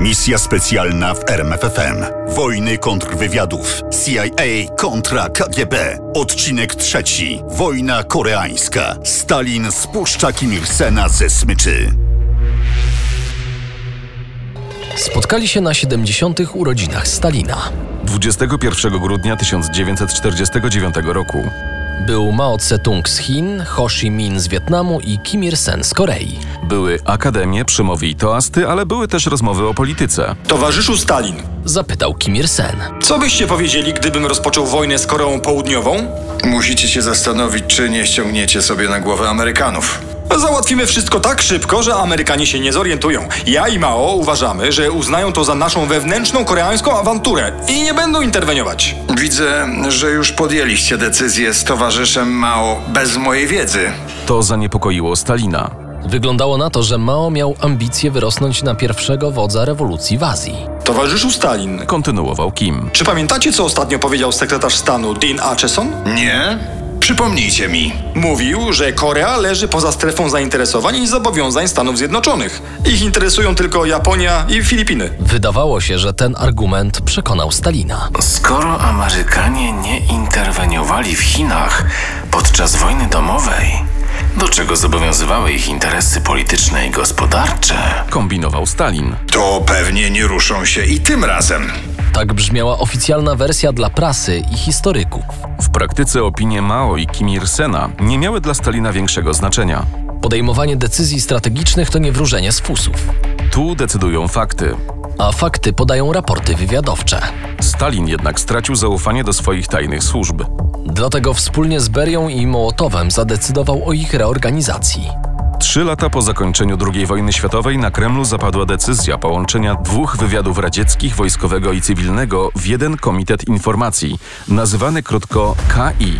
Misja specjalna w RMFFM. Wojny kontrwywiadów. CIA kontra KGB. Odcinek trzeci. Wojna koreańska. Stalin spuszcza Kim Il-sena ze smyczy. Spotkali się na 70. urodzinach Stalina. 21 grudnia 1949 roku Był Mao Tse-tung z Chin, Ho Chi Minh z Wietnamu i Kim Il-sen z Korei. były akademie, przemowy i toasty, ale były też rozmowy o polityce. Towarzyszu Stalin, Zapytał Kim Il-sen. co byście powiedzieli, gdybym rozpoczął wojnę z Koreą Południową? Musicie się zastanowić, czy nie ściągniecie sobie na głowę Amerykanów. Załatwimy wszystko tak szybko, że Amerykanie się nie zorientują. Ja i Mao uważamy, że uznają to za naszą wewnętrzną koreańską awanturę i nie będą interweniować. Widzę, że już podjęliście decyzję z towarzyszem Mao bez mojej wiedzy. To zaniepokoiło Stalina. Wyglądało na to, że Mao miał ambicje wyrosnąć na pierwszego wodza rewolucji w Azji. Towarzyszu Stalin, Kontynuował Kim. czy pamiętacie, co ostatnio powiedział sekretarz stanu Dean Acheson? Nie? Przypomnijcie mi. Mówił, że Korea leży poza strefą zainteresowań i zobowiązań Stanów Zjednoczonych. Ich interesują tylko Japonia i Filipiny. Wydawało się, że ten argument przekonał Stalina. Skoro Amerykanie nie interweniowali w Chinach podczas wojny domowej, do czego zobowiązywały ich interesy polityczne i gospodarcze, Kombinował Stalin. To pewnie nie ruszą się i tym razem. Tak brzmiała oficjalna wersja dla prasy i historyków. W praktyce opinie Mao i Kim Il-sena nie miały dla Stalina większego znaczenia. Podejmowanie decyzji strategicznych to nie wróżenie z fusów, Tu decydują fakty. a fakty podają raporty wywiadowcze. Stalin jednak stracił zaufanie do swoich tajnych służb. Dlatego wspólnie z Berią i Mołotowem zadecydował o ich reorganizacji. Trzy lata po zakończeniu II wojny światowej na Kremlu zapadła decyzja połączenia dwóch wywiadów radzieckich, wojskowego i cywilnego w jeden komitet informacji, nazywany krótko KI.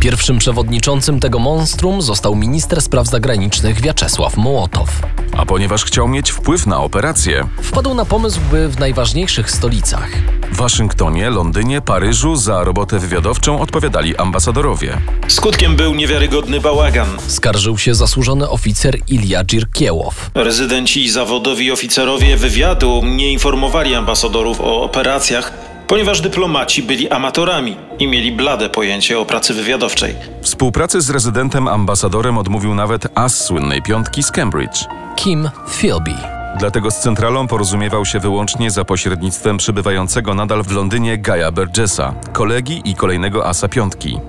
Pierwszym przewodniczącym tego monstrum został minister spraw zagranicznych Wiaczesław Mołotow. A ponieważ chciał mieć wpływ na operację, Wpadł na pomysł, by w najważniejszych stolicach w Waszyngtonie, Londynie, Paryżu za robotę wywiadowczą odpowiadali ambasadorowie. Skutkiem był niewiarygodny bałagan. skarżył się zasłużony oficer Ilja Dżirkiełow. Rezydenci i zawodowi oficerowie wywiadu nie informowali ambasadorów o operacjach, ponieważ dyplomaci byli amatorami i mieli blade pojęcie o pracy wywiadowczej. Współpracy z rezydentem ambasadorem odmówił nawet as słynnej piątki z Cambridge. Kim Philby. Dlatego z centralą porozumiewał się wyłącznie za pośrednictwem przybywającego nadal w Londynie Gaja Burgessa, kolegi i kolejnego asa piątki.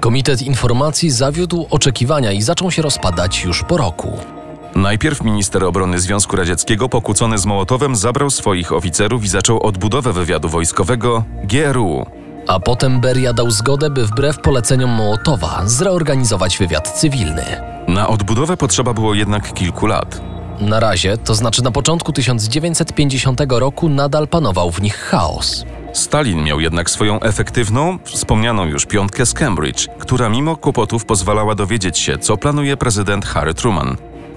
Komitet Informacji zawiódł oczekiwania i zaczął się rozpadać już po roku. Najpierw minister obrony Związku Radzieckiego pokłócony z Mołotowem zabrał swoich oficerów i zaczął odbudowę wywiadu wojskowego GRU. A potem Beria dał zgodę, by wbrew poleceniom Mołotowa zreorganizować wywiad cywilny. Na odbudowę potrzeba było jednak kilku lat. Na razie, to znaczy na początku 1950 roku, nadal panował w nich chaos. Stalin miał jednak swoją efektywną, wspomnianą już piątkę z Cambridge, która mimo kłopotów pozwalała dowiedzieć się, co planuje prezydent Harry Truman.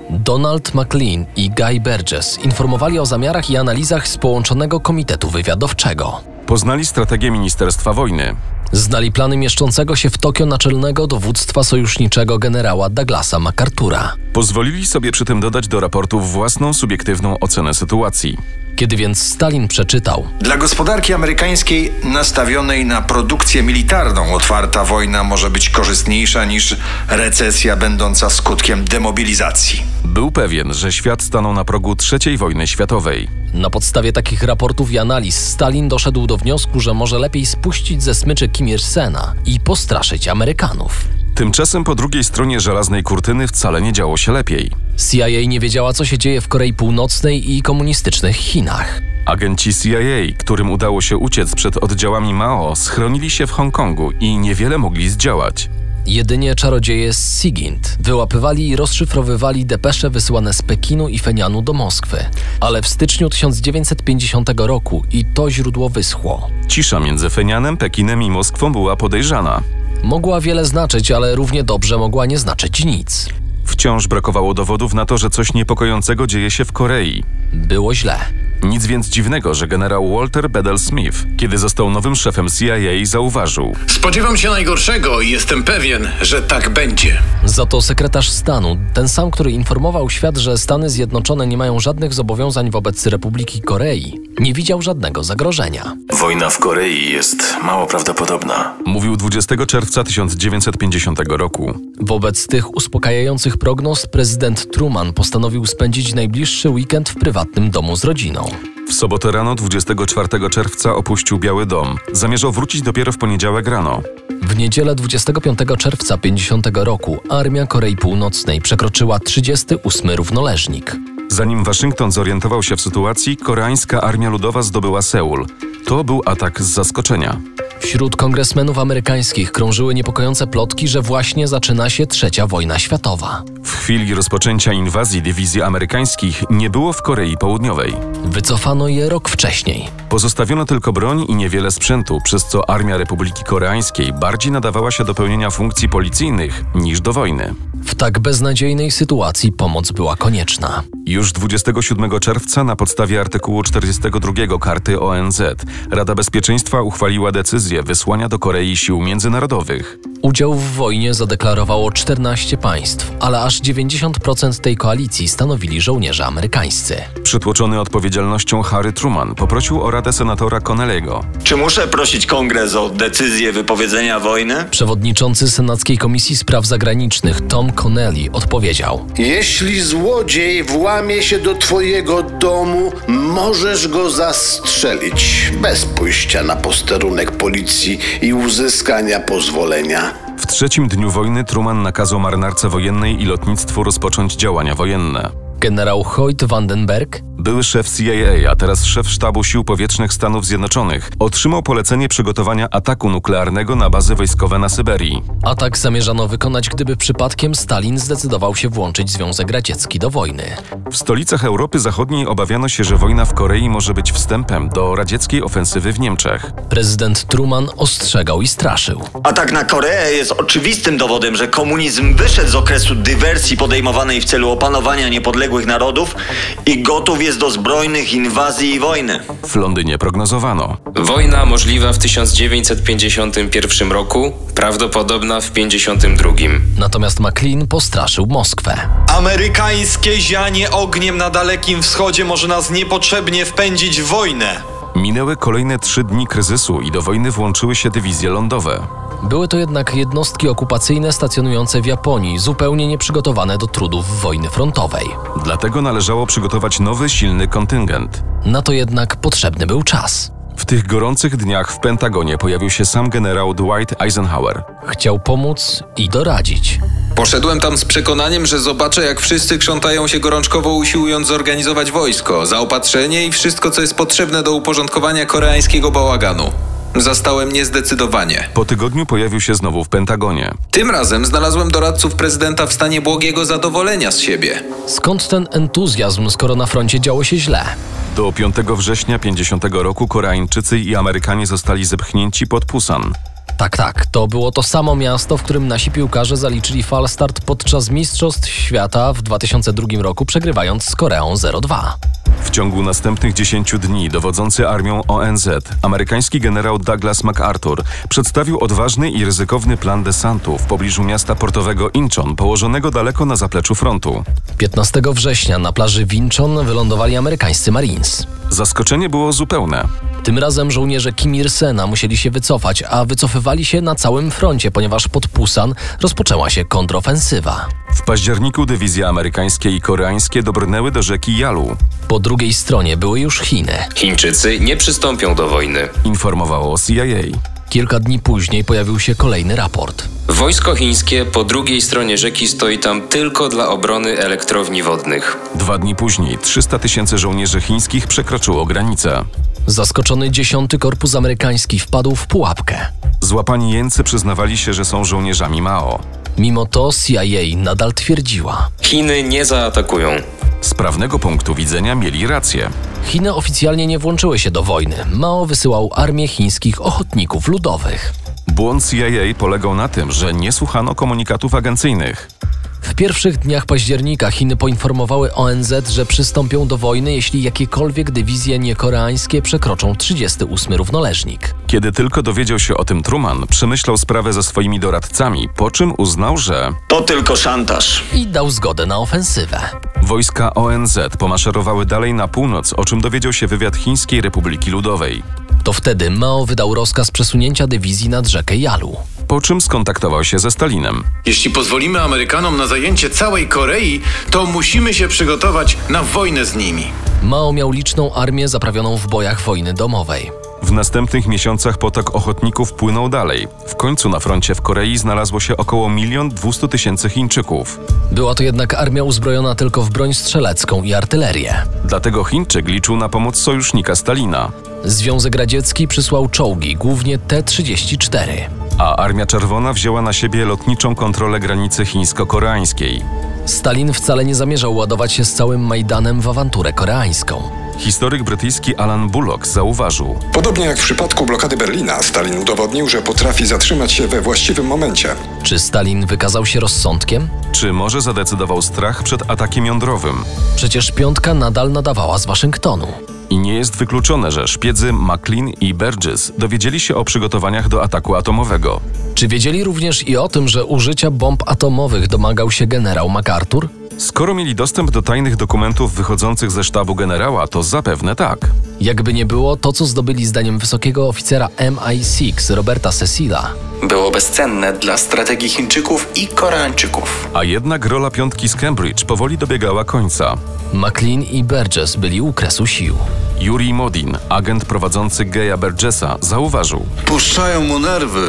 Donald McLean i Guy Burgess informowali o zamiarach i analizach z połączonego komitetu wywiadowczego. Poznali strategię Ministerstwa Wojny. Znali plany mieszczącego się w Tokio naczelnego dowództwa sojuszniczego generała Douglasa MacArthura. Pozwolili sobie przy tym dodać do raportów własną subiektywną ocenę sytuacji. Kiedy więc Stalin przeczytał, Dla gospodarki amerykańskiej nastawionej na produkcję militarną otwarta wojna może być korzystniejsza niż recesja będąca skutkiem demobilizacji. Był pewien, że świat stanął na progu III wojny światowej. na podstawie takich raportów i analiz, Stalin doszedł do wniosku, że może lepiej spuścić ze smyczy Kim Il-sena i postraszyć Amerykanów. Tymczasem po drugiej stronie żelaznej kurtyny wcale nie działo się lepiej. CIA nie wiedziała, co się dzieje w Korei Północnej i komunistycznych Chinach. Agenci CIA, którym udało się uciec przed oddziałami Mao, schronili się w Hongkongu i niewiele mogli zdziałać. Jedynie czarodzieje z Sigint wyłapywali i rozszyfrowywali depesze wysyłane z Pekinu i Fenianu do Moskwy. Ale w styczniu 1950 roku i to źródło wyschło. Cisza między Fenianem, Pekinem i Moskwą była podejrzana. Mogła wiele znaczyć, ale równie dobrze mogła nie znaczyć nic. Wciąż brakowało dowodów na to, że coś niepokojącego dzieje się w Korei. Było źle. Nic więc dziwnego, że generał Walter Bedell Smith, kiedy został nowym szefem CIA, zauważył. Spodziewam się najgorszego i jestem pewien, że tak będzie. Za to sekretarz stanu, ten sam, który informował świat, że Stany Zjednoczone nie mają żadnych zobowiązań wobec Republiki Korei, nie widział żadnego zagrożenia. Wojna w Korei jest mało prawdopodobna. Mówił 20 czerwca 1950 roku. Wobec tych uspokajających prognoz prezydent Truman postanowił spędzić najbliższy weekend w prywatnym domu z rodziną. W sobotę rano 24 czerwca opuścił Biały Dom. Zamierzał wrócić dopiero w poniedziałek rano. W niedzielę 25 czerwca 50 roku armia Korei Północnej przekroczyła 38 równoleżnik. Zanim Waszyngton zorientował się w sytuacji, koreańska armia ludowa zdobyła Seul. To był atak z zaskoczenia. Wśród kongresmenów amerykańskich krążyły niepokojące plotki, że właśnie zaczyna się trzecia wojna światowa. W chwili rozpoczęcia inwazji dywizji amerykańskich nie było w Korei Południowej. Wycofano je rok wcześniej. Pozostawiono tylko broń i niewiele sprzętu, przez co armia Republiki Koreańskiej bardziej nadawała się do pełnienia funkcji policyjnych niż do wojny. W tak beznadziejnej sytuacji pomoc była konieczna. Już 27 czerwca na podstawie artykułu 42 karty ONZ Rada Bezpieczeństwa uchwaliła decyzję wysłania do Korei sił międzynarodowych. Udział w wojnie zadeklarowało 14 państw, ale aż 90% tej koalicji stanowili żołnierze amerykańscy. Przytłoczony odpowiedzialnością Harry Truman poprosił o radę senatora Connellego. Czy muszę prosić kongres o decyzję wypowiedzenia wojny? Przewodniczący Senackiej Komisji Spraw Zagranicznych Tom Connelly odpowiedział: Jeśli złodziej włamie się do twojego domu, możesz go zastrzelić bez pójścia na posterunek policji i uzyskania pozwolenia. W trzecim dniu wojny Truman nakazał marynarce wojennej i lotnictwu rozpocząć działania wojenne. Generał Hoyt Vandenberg Były szef CIA, a teraz szef sztabu sił powietrznych Stanów Zjednoczonych, otrzymał polecenie przygotowania ataku nuklearnego na bazy wojskowe na Syberii. atak zamierzano wykonać, gdyby przypadkiem Stalin zdecydował się włączyć Związek Radziecki do wojny. W stolicach Europy Zachodniej obawiano się, że wojna w Korei może być wstępem do radzieckiej ofensywy w Niemczech. Prezydent Truman ostrzegał i straszył. Atak tak na Koreę jest oczywistym dowodem, że komunizm wyszedł z okresu dywersji podejmowanej w celu opanowania niepodległych narodów i gotów jest do zbrojnych inwazji i wojny. W Londynie prognozowano. Wojna możliwa w 1951 roku, prawdopodobna w 1952. Natomiast McLean postraszył Moskwę. Amerykańskie zianie ogniem na Dalekim Wschodzie może nas niepotrzebnie wpędzić w wojnę. Minęły kolejne trzy dni kryzysu i do wojny włączyły się dywizje lądowe. Były to jednak jednostki okupacyjne stacjonujące w Japonii, zupełnie nieprzygotowane do trudów wojny frontowej. Dlatego należało przygotować nowy, silny kontyngent. Na to jednak potrzebny był czas. W tych gorących dniach w Pentagonie pojawił się sam generał Dwight Eisenhower. Chciał pomóc i doradzić. Poszedłem tam z przekonaniem, że zobaczę, jak wszyscy krzątają się gorączkowo, usiłując zorganizować wojsko, zaopatrzenie i wszystko, co jest potrzebne do uporządkowania koreańskiego bałaganu. Zastałem niezdecydowanie. Po tygodniu pojawił się znowu w Pentagonie. Tym razem znalazłem doradców prezydenta w stanie błogiego zadowolenia z siebie. Skąd ten entuzjazm, skoro na froncie działo się źle? Do 5 września 50 roku Koreańczycy i Amerykanie zostali zepchnięci pod Pusan. Tak, tak, to było to samo miasto, w którym nasi piłkarze zaliczyli falstart podczas Mistrzostw Świata w 2002 roku, przegrywając z Koreą 0-2. W ciągu następnych 10 dni dowodzący armią ONZ amerykański generał Douglas MacArthur przedstawił odważny i ryzykowny plan desantu w pobliżu miasta portowego Incheon, położonego daleko na zapleczu frontu. 15 września na plaży Winchon wylądowali amerykańscy Marines. Zaskoczenie było zupełne. Tym razem żołnierze Kim Il-sena musieli się wycofać, a wycofywali się na całym froncie, ponieważ pod Pusan rozpoczęła się kontrofensywa. W październiku dywizje amerykańskie i koreańskie dobrnęły do rzeki Yalu, Po drugiej stronie były już Chiny. Chińczycy nie przystąpią do wojny. informowało CIA. Kilka dni później pojawił się kolejny raport. Wojsko chińskie po drugiej stronie rzeki stoi tam tylko dla obrony elektrowni wodnych. Dwa dni później 300 tysięcy żołnierzy chińskich przekroczyło granicę. Zaskoczony 10 Korpus Amerykański wpadł w pułapkę. Złapani jeńcy przyznawali się, że są żołnierzami Mao. Mimo to CIA nadal twierdziła. Chiny nie zaatakują. Z prawnego punktu widzenia mieli rację. Chiny oficjalnie nie włączyły się do wojny. Mao wysyłał armię chińskich ochotników ludowych. Błąd CIA polegał na tym, że nie słuchano komunikatów agencyjnych. W pierwszych dniach października Chiny poinformowały ONZ, że przystąpią do wojny, jeśli jakiekolwiek dywizje niekoreańskie przekroczą 38 równoleżnik. Kiedy tylko dowiedział się o tym Truman, przemyślał sprawę ze swoimi doradcami, po czym uznał, że To tylko szantaż. I dał zgodę na ofensywę. wojska ONZ pomaszerowały dalej na północ, o czym dowiedział się wywiad Chińskiej Republiki Ludowej. To wtedy Mao wydał rozkaz przesunięcia dywizji nad rzekę Jalu. Po czym skontaktował się ze Stalinem. Jeśli pozwolimy Amerykanom na zajęcie całej Korei, to musimy się przygotować na wojnę z nimi. Mao miał liczną armię zaprawioną w bojach wojny domowej. W następnych miesiącach potok ochotników płynął dalej. W końcu na froncie w Korei znalazło się około 1 200 tysięcy Chińczyków. Była to jednak armia uzbrojona tylko w broń strzelecką i artylerię. Dlatego Chińczyk liczył na pomoc sojusznika Stalina, Związek Radziecki przysłał czołgi, głównie T-34. a Armia Czerwona wzięła na siebie lotniczą kontrolę granicy chińsko-koreańskiej. Stalin wcale nie zamierzał ładować się z całym Majdanem w awanturę koreańską. Historyk brytyjski Alan Bullock zauważył, Podobnie jak w przypadku blokady Berlina, Stalin udowodnił, że potrafi zatrzymać się we właściwym momencie. Czy Stalin wykazał się rozsądkiem? czy może zadecydował strach przed atakiem jądrowym. Przecież piątka nadal nadawała z Waszyngtonu. I nie jest wykluczone, że szpiedzy McLean i Burgess dowiedzieli się o przygotowaniach do ataku atomowego. Czy wiedzieli również i o tym, że użycia bomb atomowych domagał się generał MacArthur? Skoro mieli dostęp do tajnych dokumentów wychodzących ze sztabu generała, to zapewne tak. Jakby nie było, to co zdobyli zdaniem wysokiego oficera MI6 Roberta Cecila, Było bezcenne dla strategii Chińczyków i Koreańczyków. A jednak rola piątki z Cambridge powoli dobiegała końca. McLean i Burgess byli u kresu sił. Yuri Modin, agent prowadzący Geja Burgessa, zauważył. Puszczają mu nerwy.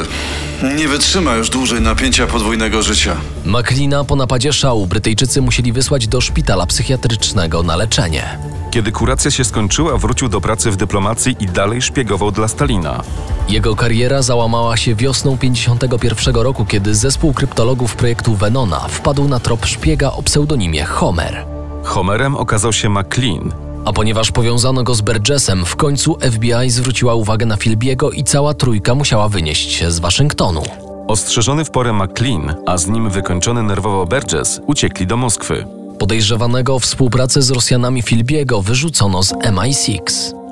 Nie wytrzyma już dłużej napięcia podwójnego życia. McLeana po napadzie szału Brytyjczycy musieli wysłać do szpitala psychiatrycznego na leczenie. Kiedy kuracja się skończyła, wrócił do pracy w dyplomacji i dalej szpiegował dla Stalina. Jego kariera załamała się wiosną 51 roku, kiedy zespół kryptologów projektu Venona wpadł na trop szpiega o pseudonimie Homer. Homerem okazał się McLean. A ponieważ powiązano go z Burgessem, w końcu FBI zwróciła uwagę na Filbiego i cała trójka musiała wynieść się z Waszyngtonu. Ostrzeżony w porę McLean, a z nim wykończony nerwowo Burgess, uciekli do Moskwy. Podejrzewanego o współpracę z Rosjanami Filbiego wyrzucono z MI6.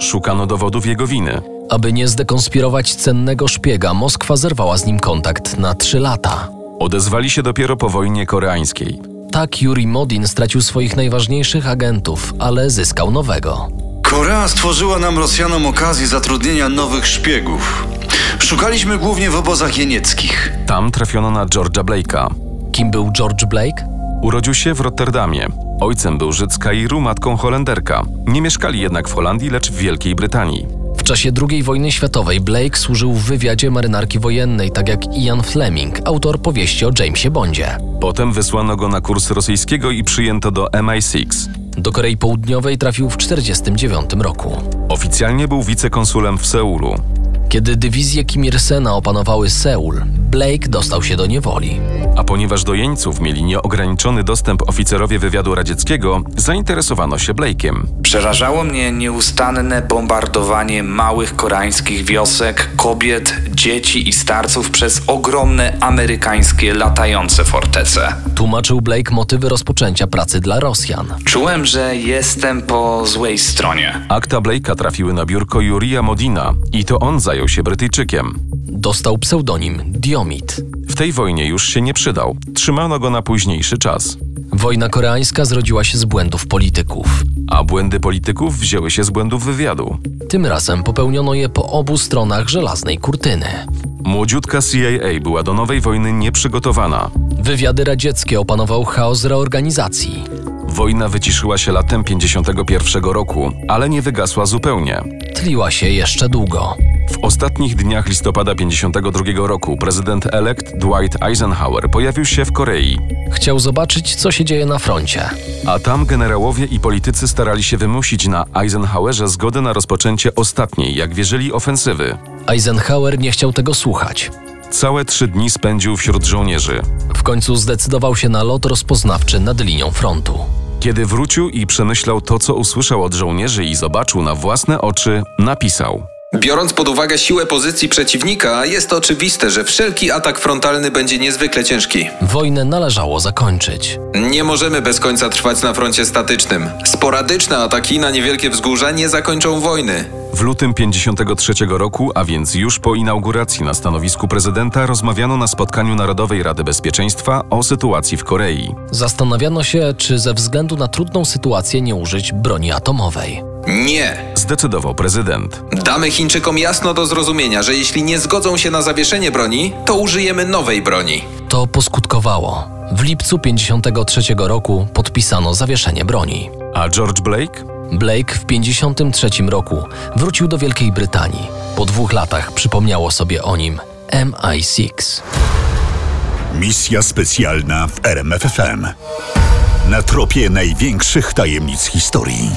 Szukano dowodów jego winy. Aby nie zdekonspirować cennego szpiega, Moskwa zerwała z nim kontakt na trzy lata. Odezwali się dopiero po wojnie koreańskiej. Tak Yuri Modin stracił swoich najważniejszych agentów, ale zyskał nowego. Korea stworzyła nam Rosjanom okazję zatrudnienia nowych szpiegów. Szukaliśmy głównie w obozach jenieckich. Tam trafiono na George'a Blake'a. Kim był George Blake? Urodził się w Rotterdamie. Ojcem był Żyd z Kairu, matką Holenderka. Nie mieszkali jednak w Holandii, lecz w Wielkiej Brytanii. W czasie II wojny światowej Blake służył w wywiadzie marynarki wojennej, tak jak Ian Fleming, autor powieści o Jamesie Bondzie. Potem wysłano go na kurs rosyjskiego i przyjęto do MI6. Do Korei Południowej trafił w 1949 roku. Oficjalnie był wicekonsulem w Seulu. Kiedy dywizje Kim Il-sena opanowały Seul, Blake dostał się do niewoli. A ponieważ do jeńców mieli nieograniczony dostęp oficerowie wywiadu radzieckiego, zainteresowano się Blake'iem. Przerażało mnie nieustanne bombardowanie małych koreańskich wiosek, kobiet, dzieci i starców przez ogromne amerykańskie latające fortece. Tłumaczył Blake motywy rozpoczęcia pracy dla Rosjan. Czułem, że jestem po złej stronie. Akta Blake'a trafiły na biurko Jurija Modina i to on zajął się Brytyjczykiem. Dostał pseudonim Diomit. W tej wojnie już się nie przydał. Trzymano go na późniejszy czas. Wojna koreańska zrodziła się z błędów polityków. A błędy polityków wzięły się z błędów wywiadu. Tym razem popełniono je po obu stronach żelaznej kurtyny. Młodziutka CIA była do nowej wojny nieprzygotowana. Wywiady radzieckie opanował chaos reorganizacji. Wojna wyciszyła się latem 51 roku, ale nie wygasła zupełnie. Tliła się jeszcze długo. W ostatnich dniach listopada 52 roku prezydent-elekt Dwight Eisenhower pojawił się w Korei. Chciał zobaczyć, co się dzieje na froncie. A tam generałowie i politycy starali się wymusić na Eisenhowerze zgodę na rozpoczęcie ostatniej, jak wierzyli, ofensywy. Eisenhower nie chciał tego słuchać. Całe trzy dni spędził wśród żołnierzy. W końcu zdecydował się na lot rozpoznawczy nad linią frontu. Kiedy wrócił i przemyślał to, co usłyszał od żołnierzy i zobaczył na własne oczy, napisał. Biorąc pod uwagę siłę pozycji przeciwnika, jest oczywiste, że wszelki atak frontalny będzie niezwykle ciężki. Wojnę należało zakończyć. Nie możemy bez końca trwać na froncie statycznym. Sporadyczne ataki na niewielkie wzgórza nie zakończą wojny. W lutym 53 roku, a więc już po inauguracji na stanowisku prezydenta, rozmawiano na spotkaniu Narodowej Rady Bezpieczeństwa o sytuacji w Korei. Zastanawiano się, czy ze względu na trudną sytuację nie użyć broni atomowej. Nie, zdecydował prezydent. Damy Chińczykom jasno do zrozumienia, że jeśli nie zgodzą się na zawieszenie broni, to użyjemy nowej broni. To poskutkowało. W lipcu 53 roku podpisano zawieszenie broni. A George Blake? Blake w 53 roku wrócił do Wielkiej Brytanii. Po dwóch latach przypomniało sobie o nim MI6. Misja specjalna w RMFFM. Na tropie największych tajemnic historii.